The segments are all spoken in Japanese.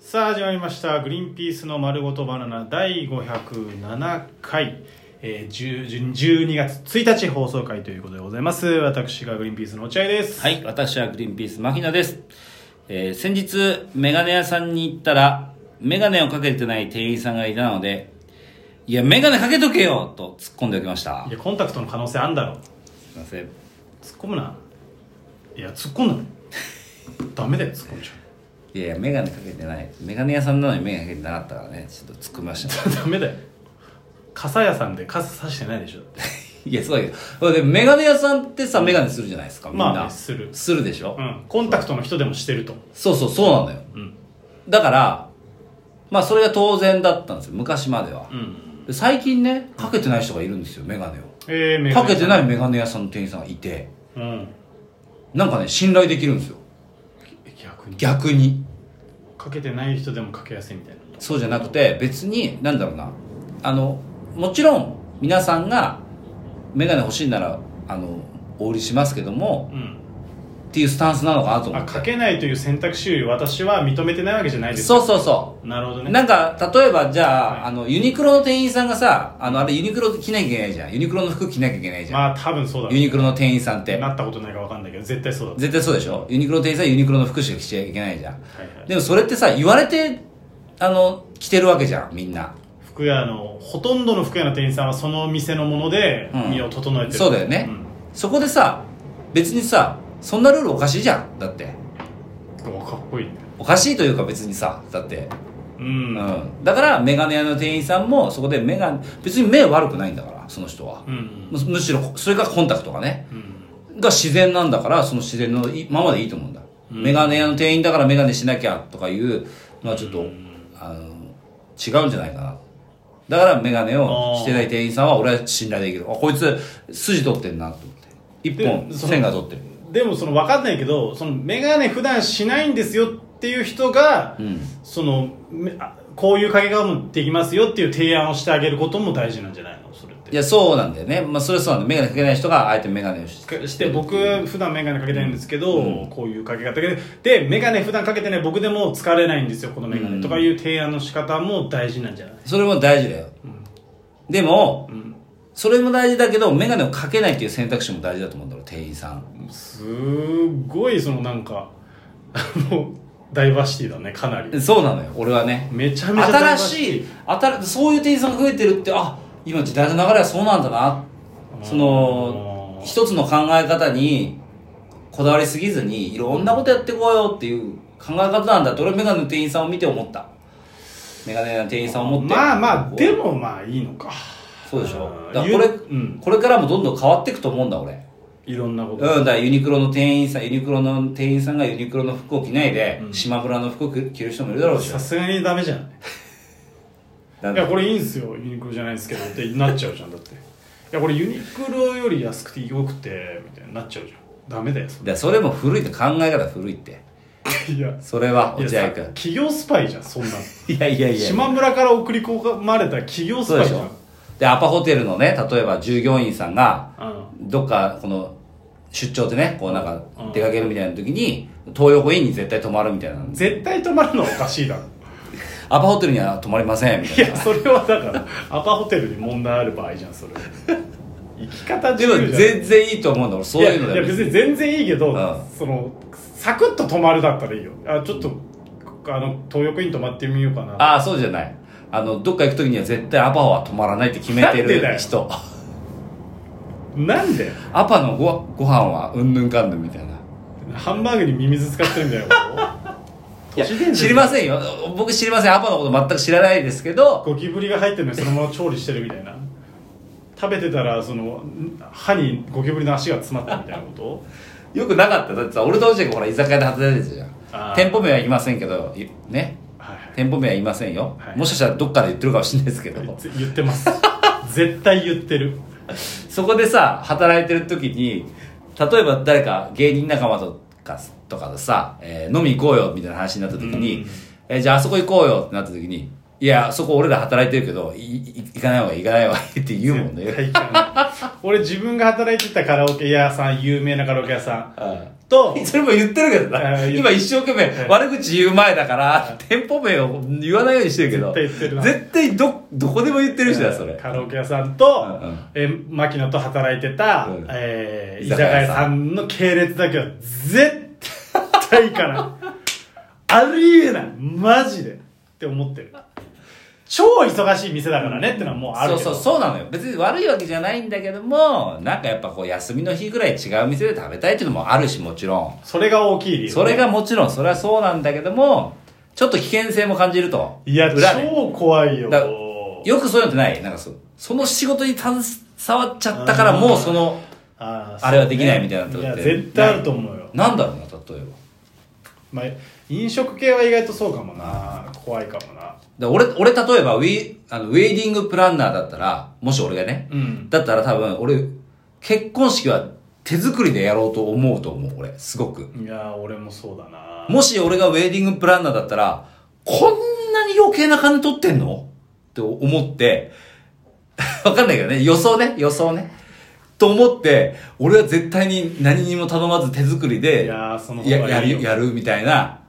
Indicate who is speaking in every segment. Speaker 1: さあ始まりました「グリーンピースの丸ごとバナナ」第507回、えー、10 12月1日放送回ということでございます私がグリーンピースの落合です
Speaker 2: はい、私はグリーンピースマヒナです。えー先日、メガネ屋さんに行ったら、メガネをかけてない店員さんがいたので、いや、メガネかけとけよと突っ込んでおきました
Speaker 1: い。やコンタクトの可能性あんだろ
Speaker 2: すいません。
Speaker 1: 突っ込むないや突っ込んだの ダメだよ突っ込んじ
Speaker 2: いやいや、メガネかけてない。メガネ屋さんなのにメガネかけてなかったからね、ちょっと突っ込みました。
Speaker 1: ゃ ダメだよ傘屋さんで傘さしてないでしょ
Speaker 2: いや、そうだけど。それで、メガネ屋さんってさ、メガネするじゃないですか、みんな。
Speaker 1: まあねする
Speaker 2: するでしょ、
Speaker 1: うんコンタクトの人でもしてると
Speaker 2: そうそう、そうなんだよ。
Speaker 1: うん
Speaker 2: だから、まあ、それが当然だったんですよ、昔までは。
Speaker 1: うん
Speaker 2: で最近ね、かけてない人がいるんですよ、メガネを。
Speaker 1: えーメガ
Speaker 2: か
Speaker 1: ネ屋
Speaker 2: け
Speaker 1: さ
Speaker 2: て
Speaker 1: ん
Speaker 2: ないメガネ屋さんの店員さんがいて
Speaker 1: うん
Speaker 2: なんかね信頼できるんですよ
Speaker 1: 逆に
Speaker 2: 逆に
Speaker 1: かけてない人でもかけやすいみたいな
Speaker 2: そうじゃなくて別になんだろうなあのもちろん皆さんがメガネ欲しいならあのお売りしますけども
Speaker 1: うん
Speaker 2: っていうスタンスなのかなと思
Speaker 1: あ
Speaker 2: って
Speaker 1: かけないという選択肢を私は認めてないわけじゃないです
Speaker 2: そうそうそ
Speaker 1: なるほど
Speaker 2: う
Speaker 1: ね
Speaker 2: なんか例えばじゃあ,、
Speaker 1: はい
Speaker 2: あのユニクロの店員さんがさあのあれユニクロ着なきゃいけないじゃんユニクロの服着なきゃいけないじゃん、
Speaker 1: まあ多分そうだろ
Speaker 2: ユニクロの店員さんって
Speaker 1: うなったことないか分かんないけど絶対そうだろ
Speaker 2: 絶対そうでしょユニクロの店員さんはユニクロの服しか着ちゃいけないじゃん
Speaker 1: うはいはい
Speaker 2: でもそれってさ言われてあの着てるわけじゃんみんな
Speaker 1: 服屋のほとんどの服屋の店員さんはその店のもので
Speaker 2: うん
Speaker 1: 身を整えてる、
Speaker 2: そうだよねそこでさ別にさそんなルールおかしいじゃんだって
Speaker 1: うん、おかっこいいね
Speaker 2: おかしいというか別にさだって、
Speaker 1: うん、
Speaker 2: う
Speaker 1: うん
Speaker 2: ん、だからメガネ屋の店員さんもそこでメガネ別に目悪くないんだからその人は
Speaker 1: う、ん
Speaker 2: むむしろそれがコンタクトがね
Speaker 1: うん、
Speaker 2: が自然なんだからその自然のいままでいいと思うんだ、
Speaker 1: うん
Speaker 2: メガネ屋の店員だからメガネしなきゃとかいうのはちょっと、
Speaker 1: うん
Speaker 2: あの違うんじゃないかなだからメガネをしてない店員さんは俺は信頼できるあこいつ筋取ってんなと思って一本
Speaker 1: でその
Speaker 2: 線が取ってる
Speaker 1: でもその分かんないけどその眼鏡普段しないんですよっていう人が、
Speaker 2: うん
Speaker 1: そのめあこういう掛け顔もできますよっていう提案をしてあげることも大事なんじゃないのそれって
Speaker 2: いやそうなんだよね、まあ、それはそうなんだメガネかけない人があえてメガネをして
Speaker 1: かして僕普段メガネかけてないんですけど、こういうかけ方ででメガネ普段かけてない僕でも疲れないんですよこのメガネ、
Speaker 2: うん
Speaker 1: とかいう提案の仕方も大事なんじゃない、
Speaker 2: それも大事だよ
Speaker 1: うん
Speaker 2: でも
Speaker 1: うん
Speaker 2: それも大事だけどメガネをかけないっていう選択肢も大事だと思うんだろう店員さん
Speaker 1: すごいそのなんかあのダイバーシティだねかなり
Speaker 2: そうなのよ俺はね
Speaker 1: めちゃめちゃダイバー
Speaker 2: 新
Speaker 1: シティ
Speaker 2: しい新そういう店員さんが増えてるってあ今時代の流れはそうなんだなその
Speaker 1: あー
Speaker 2: 一つの考え方にこだわりすぎずにいろんなことやってこうよっていう考え方なんだって俺メガネの店員さんを見て思ったメガネの店員さんを思って
Speaker 1: まあまあ
Speaker 2: こう
Speaker 1: でもまあいいのか
Speaker 2: そうでしょ
Speaker 1: あー
Speaker 2: だからこれ、
Speaker 1: ゆうん
Speaker 2: これからもどんどん変わっていくと思うんだ俺
Speaker 1: いろんなこ
Speaker 2: うん
Speaker 1: と、
Speaker 2: だからユニクロの店員さんユニクロの店員さんがユニクロの服を着ないで、
Speaker 1: うん
Speaker 2: 島村の服を着る人もいるだろうし
Speaker 1: さすがにダメじゃん
Speaker 2: だ
Speaker 1: いやこれいいんですよユニクロじゃないですけどってなっちゃうじゃんだっていやこれユニクロより安くてよくてみたいになっちゃうじゃんダメだよそ
Speaker 2: だからそれも古いって考え方古いって
Speaker 1: れいや
Speaker 2: それはい
Speaker 1: や
Speaker 2: 落合君
Speaker 1: さ企業スパイじゃんそんなの
Speaker 2: いやいやい
Speaker 1: 島村から送り込まれた企業ス
Speaker 2: そう
Speaker 1: パ
Speaker 2: で
Speaker 1: イ
Speaker 2: し
Speaker 1: じゃん
Speaker 2: ょでアパホテルのね例えば従業員さんが
Speaker 1: うん
Speaker 2: どっかこの出張でねこうなんか
Speaker 1: うん
Speaker 2: 出かけるみたいな時に東横インに絶対泊まるみたいな
Speaker 1: 絶対泊まるのはおかしいだろ
Speaker 2: アパホテルには泊まりませんみ
Speaker 1: い
Speaker 2: たい
Speaker 1: や
Speaker 2: な
Speaker 1: それはだからアパホテルに問題ある場合じゃんそれ生き方自
Speaker 2: で
Speaker 1: 由
Speaker 2: も
Speaker 1: じゃん
Speaker 2: 全然いいと思うんだ俺そういうの
Speaker 1: いや
Speaker 2: だ
Speaker 1: いや
Speaker 2: よ
Speaker 1: 別に全然いいけど、
Speaker 2: うん
Speaker 1: そのサクッと泊まるだったらいいよあちょっとあの東横イン泊まってみようかな
Speaker 2: ああそうじゃないあのどっか行く時には絶対アパホは泊まらないって決めて
Speaker 1: なんでだよ
Speaker 2: る人
Speaker 1: なんで
Speaker 2: アパのごご飯はうんぬんかんぬんみたいな
Speaker 1: ハンバーグにミミズ使ってるんだよ
Speaker 2: いや
Speaker 1: 都市伝説
Speaker 2: 知りませんよ僕知りませんアパのこと全く知らないですけど
Speaker 1: ゴキブリが入ってるのにそのまま調理してるみたいな食べてたらそのん歯にゴキブリの足が詰まったみたいなこと
Speaker 2: よくなかっただってさ俺と落合君ほら居酒屋で働いてたじ
Speaker 1: あ
Speaker 2: ゃ
Speaker 1: ー
Speaker 2: ん店舗名は言いませんけどいね
Speaker 1: はい
Speaker 2: 店舗名は言いませんよ、
Speaker 1: はい
Speaker 2: もしかしたらどっかで言ってるかもしれないですけど
Speaker 1: ぜ言ってます絶対言ってる
Speaker 2: そこでさ働いてる時に例えば誰か芸人仲間とかとかとさ、えー飲み行こうよみたいな話になった時に、
Speaker 1: うん
Speaker 2: えーじゃああそこ行こうよってなった時に「いいや、そこ俺ら働いてるけど、いい行かないわ、行かないわ、って言うもん ね。
Speaker 1: 絶対行かない俺自分が働いてたカラオケ屋さん有名なカラオケ屋さんと
Speaker 2: それも言ってるけど
Speaker 1: あ
Speaker 2: な。
Speaker 1: ー言う
Speaker 2: 今一生懸命
Speaker 1: はい
Speaker 2: 悪口言う前だから、店舗名を言わないようにしてるけど、
Speaker 1: 絶対言ってるな
Speaker 2: 絶対ど、どこでも言ってる人だ、それ。
Speaker 1: カラオケ屋さんと、
Speaker 2: うんうん
Speaker 1: えー牧野と働いてた、
Speaker 2: うん
Speaker 1: えー居
Speaker 2: 居
Speaker 1: 酒
Speaker 2: 酒
Speaker 1: 屋
Speaker 2: 屋
Speaker 1: さ
Speaker 2: さ
Speaker 1: んの系列だけは絶対行かない ありえないマジでって思ってる超忙しい店だからねってのはもうあ
Speaker 2: そ
Speaker 1: る
Speaker 2: う
Speaker 1: け
Speaker 2: そ
Speaker 1: ど
Speaker 2: う、そうなのよ。別に悪いわけじゃないんだけども、なんかやっぱこう、休みの日ぐらい違う店で食べたいっていうのもあるし、もちろん。
Speaker 1: それが大きい理由
Speaker 2: それがもちろん、それはそうなんだけども、ちょっと危険性も感じると。
Speaker 1: いや
Speaker 2: 裏で。
Speaker 1: 超怖いよ
Speaker 2: だよくそういうのってないなんかそう、その仕事に携わっちゃったから、
Speaker 1: うん
Speaker 2: もうその、
Speaker 1: あー
Speaker 2: あれはできないみたいなとこ
Speaker 1: い
Speaker 2: って
Speaker 1: や絶対あると思うよ、
Speaker 2: なんだろうな、例えば。
Speaker 1: まあ、飲食系は意外とそうかもな怖いかもな
Speaker 2: だ俺、俺例えばウィ、あのウェディングプランナーだったら、もし俺がね、
Speaker 1: うん
Speaker 2: だったら多分俺、結婚式は手作りでやろうと思うと思う、俺、すごく。
Speaker 1: いやー俺もそうだな
Speaker 2: もし俺がウェディングプランナーだったら、こんなに余計な金取ってんのって思って、 わかんないけどね、予想ね、予想ね。と思って、俺は絶対に何にも頼まず手作りで、
Speaker 1: いやーその方がいいよ
Speaker 2: ややる、やるみたいな、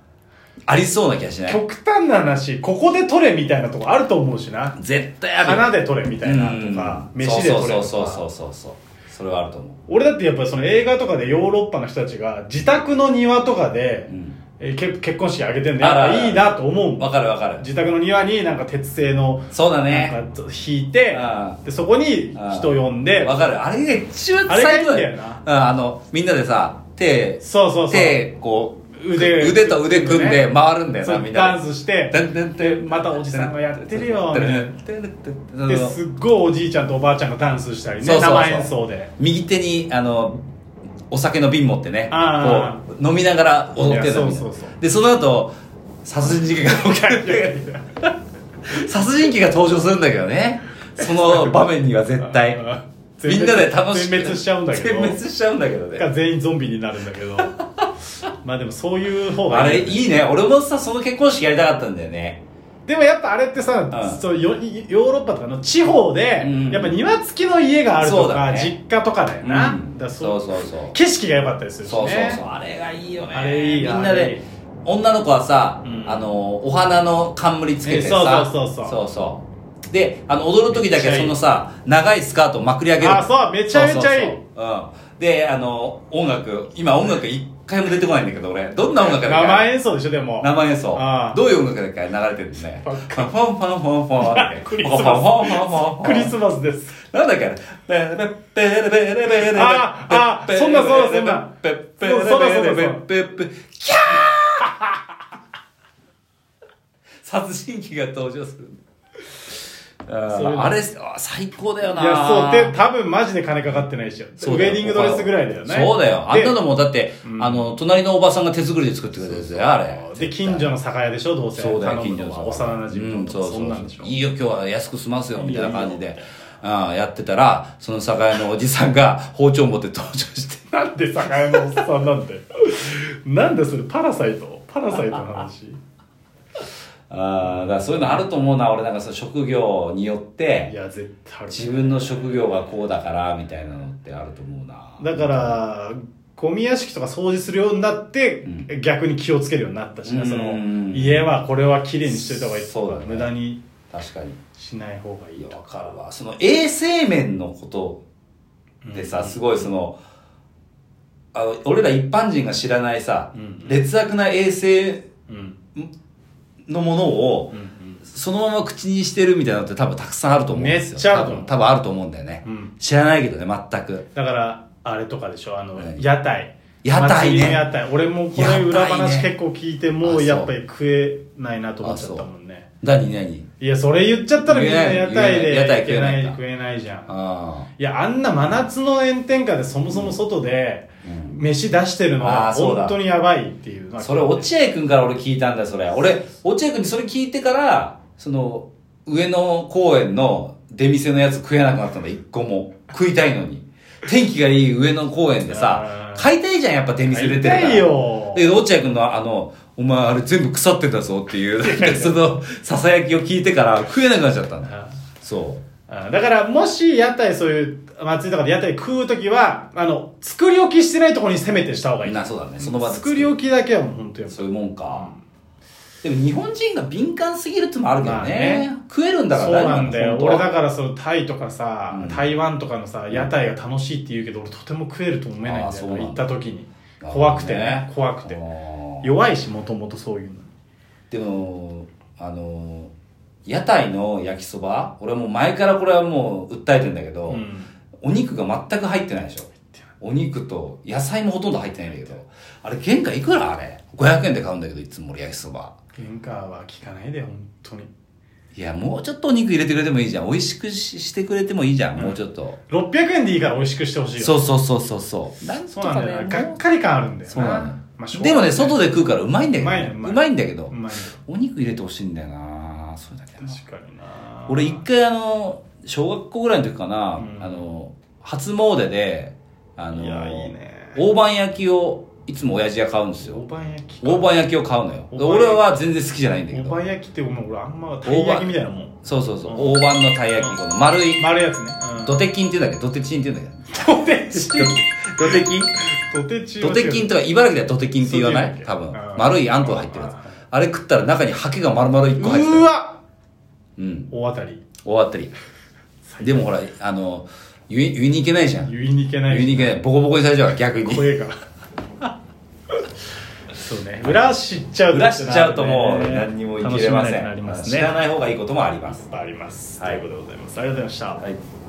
Speaker 2: ありそうな気がしない
Speaker 1: 極端な話ここで取れみたいなとこあると思うしな
Speaker 2: 絶対あるよ
Speaker 1: 花で取れみたいなとか
Speaker 2: うん
Speaker 1: 飯で取れと
Speaker 2: そうそうそうそう
Speaker 1: か
Speaker 2: そうそうそれはあると思う、
Speaker 1: 俺だってやっぱりその映画とかでヨーロッパの人たちが自宅の庭とかで、
Speaker 2: うん、
Speaker 1: えーけ結婚式あげてんのや
Speaker 2: あらあ
Speaker 1: っ
Speaker 2: ら
Speaker 1: ぱいいなと思うもん
Speaker 2: わかるわかる
Speaker 1: 自宅の庭になんか鉄製の
Speaker 2: そうだ
Speaker 1: な
Speaker 2: ね
Speaker 1: んか引いて
Speaker 2: うん
Speaker 1: でそこに人呼んで
Speaker 2: わかるあれが一番
Speaker 1: あれがいい
Speaker 2: 最
Speaker 1: ん
Speaker 2: 高
Speaker 1: だ
Speaker 2: だ
Speaker 1: よ
Speaker 2: よ
Speaker 1: な
Speaker 2: うん、あのみんなでさ手
Speaker 1: そうそうそう
Speaker 2: 手こう
Speaker 1: 腕
Speaker 2: 腕と腕組んで回るんだよ
Speaker 1: そ
Speaker 2: な、
Speaker 1: う
Speaker 2: みん
Speaker 1: ダ
Speaker 2: な
Speaker 1: ンスして
Speaker 2: で
Speaker 1: で
Speaker 2: で
Speaker 1: またおじさんがやってるよみたいなで
Speaker 2: です
Speaker 1: っごいおじいちゃんとおばあちゃんがダンスしたりね
Speaker 2: そうそうそう
Speaker 1: 生演奏 で
Speaker 2: 右手にあのお酒の瓶持ってね
Speaker 1: あ
Speaker 2: こう飲みながら踊っ
Speaker 1: い
Speaker 2: てたみ
Speaker 1: や
Speaker 2: たい
Speaker 1: そう
Speaker 2: な
Speaker 1: そうそう
Speaker 2: でその後殺人事件が起きる殺人鬼が登場するんだけどねその場面には絶対
Speaker 1: 全
Speaker 2: みん
Speaker 1: 滅
Speaker 2: なで楽しく
Speaker 1: 全滅しちゃうんだけど
Speaker 2: 全滅しちゃうんだけどね
Speaker 1: が全員ゾンビになるんだけ どまあでもそういう方
Speaker 2: あ
Speaker 1: が
Speaker 2: れ
Speaker 1: いい
Speaker 2: いいね俺もさその結婚式やりたかったんだよね
Speaker 1: でもやっぱあれってさ、
Speaker 2: うん
Speaker 1: そうヨヨーロッパとかの地方で、
Speaker 2: うん
Speaker 1: やっぱ庭付きの家があると
Speaker 2: そう
Speaker 1: か、
Speaker 2: だね
Speaker 1: 実家とかだよな、
Speaker 2: うん
Speaker 1: だから
Speaker 2: そうそうそう
Speaker 1: 景色が良かったりするし、ね、
Speaker 2: そうそうそうあれがいいよね
Speaker 1: あれいい
Speaker 2: み
Speaker 1: よ
Speaker 2: んな
Speaker 1: あれいい
Speaker 2: で女の子はさ、
Speaker 1: うん
Speaker 2: あのお花の冠つけて
Speaker 1: え
Speaker 2: さ
Speaker 1: そうそうそうそう
Speaker 2: そうそうであの踊る時だ
Speaker 1: めっちゃ
Speaker 2: け
Speaker 1: いい
Speaker 2: そのさ長いスカートをまくり上げる
Speaker 1: あそうめちゃめちゃいい
Speaker 2: そうそうそううん、であの音楽今音楽一回も出てこないんだけど俺どんな音楽だっけ
Speaker 1: 生演奏でしょでも
Speaker 2: 生演奏
Speaker 1: ああ
Speaker 2: どういう音楽だっけ流れてるんですね
Speaker 1: わ
Speaker 2: フ
Speaker 1: かん
Speaker 2: ァンファンファンファンファンって
Speaker 1: クリスマス
Speaker 2: ファンファンファンファンファ ン
Speaker 1: クリスマスです
Speaker 2: なんだっけあ
Speaker 1: ああそんなそんなそんな
Speaker 2: ペッペッ
Speaker 1: そうそうそうそう
Speaker 2: ペッペッペッキャー殺人鬼が登場するあ
Speaker 1: そういうの
Speaker 2: ーあれあ最高だよない
Speaker 1: やそうで多分マジで金かかってないでしょウェディングドレスぐらいだよね
Speaker 2: そうだよあんなのもだって
Speaker 1: うん
Speaker 2: あの隣のおばさんが手作りで作ってくれたやつだよあれ
Speaker 1: で近所の酒屋でしょどうせ
Speaker 2: そうだよ、
Speaker 1: 頼
Speaker 2: 近
Speaker 1: む
Speaker 2: 所
Speaker 1: のは
Speaker 2: の
Speaker 1: 幼なじ
Speaker 2: う
Speaker 1: み
Speaker 2: ん
Speaker 1: と
Speaker 2: そう
Speaker 1: か
Speaker 2: そう
Speaker 1: そんなんでしょ
Speaker 2: いいよ、今日は安く済ますよ、みたいな感じ
Speaker 1: いいよ
Speaker 2: で。あやってたら、その酒屋のおじさんが 包丁持って登場して。
Speaker 1: なんで酒屋のおっさんなんで なんでそれパラサイトパラサイトの 話い
Speaker 2: ああ、だからそういうのあると思うな、俺なんかその職業によって、
Speaker 1: や絶対ある
Speaker 2: 自分の職業がこうだから、みたいなのってあると思うな。
Speaker 1: だからゴミ屋敷とか掃除するようになって、
Speaker 2: う
Speaker 1: 逆に気をつけるようになったしな、
Speaker 2: うん
Speaker 1: その家はこれは綺麗にしといた方がいい
Speaker 2: そうだね
Speaker 1: 無駄に
Speaker 2: 確かに。
Speaker 1: しない方がい
Speaker 2: い
Speaker 1: い
Speaker 2: や、
Speaker 1: と
Speaker 2: わかるわ。その衛生面のことでさ、すごいその、あの俺ら一般人が知らないさ、
Speaker 1: うん
Speaker 2: 劣悪な衛
Speaker 1: う
Speaker 2: 生
Speaker 1: んうん
Speaker 2: のものを、
Speaker 1: うん
Speaker 2: そのまま口にしてるみたいなのって多分たくさんあると思うんですよ。
Speaker 1: めっちゃあると思う
Speaker 2: 多分多分あると思うんだよね。
Speaker 1: うん
Speaker 2: 知らないけどね、全く。
Speaker 1: だからあれとかでしょあの、
Speaker 2: はい
Speaker 1: 屋台
Speaker 2: 屋台ね
Speaker 1: 祭りの屋台俺もこれ裏話
Speaker 2: 屋台ね
Speaker 1: 結構聞いても
Speaker 2: あそうう
Speaker 1: やっぱり食えないなと思っちゃったもんね
Speaker 2: 何何
Speaker 1: いやそれ言っちゃったらみんな
Speaker 2: 言えない
Speaker 1: 屋台で
Speaker 2: 言
Speaker 1: 行け
Speaker 2: えない
Speaker 1: ない
Speaker 2: 屋台
Speaker 1: 食
Speaker 2: 食
Speaker 1: えないじゃん
Speaker 2: あ
Speaker 1: いやあんな真夏の炎天下でそもそも外で飯出してるのは
Speaker 2: あーそうだ
Speaker 1: 本当にやばいっていうの
Speaker 2: あ。
Speaker 1: は
Speaker 2: それ落合くんから俺聞いたんだよ、それ。俺、落合くんにそれ聞いてから、その、上野公園の出店のやつ食えなくなったんだ、一個も。食いたいのに。天気がいい上野公園でさ
Speaker 1: あ、ー
Speaker 2: 買いたいじゃん、やっぱ出店出てるから。
Speaker 1: 痛いよ
Speaker 2: だけど落合君のあの、お前あれ全部腐ってたぞっていう、なんかその、ささやきを聞いてから食えなくなっちゃったんだ。
Speaker 1: あ
Speaker 2: そ
Speaker 1: あだからもし屋台そういう祭りとかで屋台食う時はあの作り置きしてないところにせめてした方が
Speaker 2: う。
Speaker 1: いい
Speaker 2: な、そうだね。その場で。
Speaker 1: 作り置きだけはもう本当やっぱ
Speaker 2: そういうもんか。でも日本人が敏感すぎるってのもあるけど
Speaker 1: ま
Speaker 2: ね。
Speaker 1: あね
Speaker 2: 食えるんだから
Speaker 1: そうなんだよ
Speaker 2: 本当は
Speaker 1: 俺だからそうタイとかさ、
Speaker 2: うん
Speaker 1: 台湾とかのさ屋台が楽しいって言うけど俺とても食えると思えないん
Speaker 2: あ
Speaker 1: だ
Speaker 2: ーそ
Speaker 1: よ
Speaker 2: うなんだ
Speaker 1: 行った時に怖くてね怖く
Speaker 2: あ
Speaker 1: て
Speaker 2: ー
Speaker 1: 弱いしもともとそういうの
Speaker 2: でもあの屋台の焼きそば俺はもう前からこれはもう訴えてんだけど、
Speaker 1: うん
Speaker 2: お肉が全く入ってないでしょお肉と野菜もほとんど入ってないんだけどあれ原価いくらあれ500円で買うんだけどいつも俺焼きそば
Speaker 1: 原価は聞かないで本当に
Speaker 2: いやもうちょっとお肉入れてくれてもいいじゃん美味しくししてくれてもいいじゃん、もうちょっと
Speaker 1: 600円でいいから美味しくしてほしいよ
Speaker 2: そうそうそうそうそうなん
Speaker 1: そうなんだよながっ
Speaker 2: も
Speaker 1: かり感あるんだよ
Speaker 2: そうなのよ
Speaker 1: まあしょうが
Speaker 2: でも
Speaker 1: ない
Speaker 2: ね外で食うからうまいんだけど、ね、
Speaker 1: う
Speaker 2: う
Speaker 1: まい
Speaker 2: まいう
Speaker 1: まい
Speaker 2: んだけど
Speaker 1: うまい
Speaker 2: お肉入れてほしいんだよなそれだけな
Speaker 1: 確かにな
Speaker 2: 俺一回あの小学校ぐらいの時かな、
Speaker 1: うん
Speaker 2: あの初詣であの
Speaker 1: いやいいね
Speaker 2: 大判焼きをいつも親父が買うんです
Speaker 1: 大
Speaker 2: よ
Speaker 1: 判焼きか
Speaker 2: 大判焼きを買うのよ
Speaker 1: 大
Speaker 2: で
Speaker 1: 判焼き
Speaker 2: 俺は全然好きじゃないんだけ
Speaker 1: 大
Speaker 2: ど
Speaker 1: 判焼きってもう俺あんまたい焼きみたいなもん
Speaker 2: そうそうそう大判のたい焼きこの丸い
Speaker 1: 丸いやつね
Speaker 2: 土手金って言うんだっけど土手チンって言うんだっ
Speaker 1: ドテチ
Speaker 2: けど土手金
Speaker 1: ドテチ
Speaker 2: 土手金とか茨城では土手金って言わな
Speaker 1: そう
Speaker 2: い
Speaker 1: いう
Speaker 2: 多
Speaker 1: の
Speaker 2: 分
Speaker 1: あー
Speaker 2: 丸いあんこが入ってるやつあれ食ったら中にハケが丸々1個入って
Speaker 1: う
Speaker 2: る
Speaker 1: わ
Speaker 2: うん
Speaker 1: 大当たり
Speaker 2: 大当たりでもほらあの言い言いに行けないじゃん
Speaker 1: 言いに行けない
Speaker 2: ユニークね、ボコボコにされちゃうから逆に。
Speaker 1: 怖えから そうね裏知っちゃうと
Speaker 2: 裏知っちゃうともう
Speaker 1: ね
Speaker 2: 何にもいけれま
Speaker 1: 楽しめ
Speaker 2: せ
Speaker 1: なくなり
Speaker 2: ん。
Speaker 1: ます
Speaker 2: 知ら
Speaker 1: ね
Speaker 2: ない方がいいこともあります。
Speaker 1: ありますと
Speaker 2: はい
Speaker 1: いうことでございますありがとうございました
Speaker 2: はい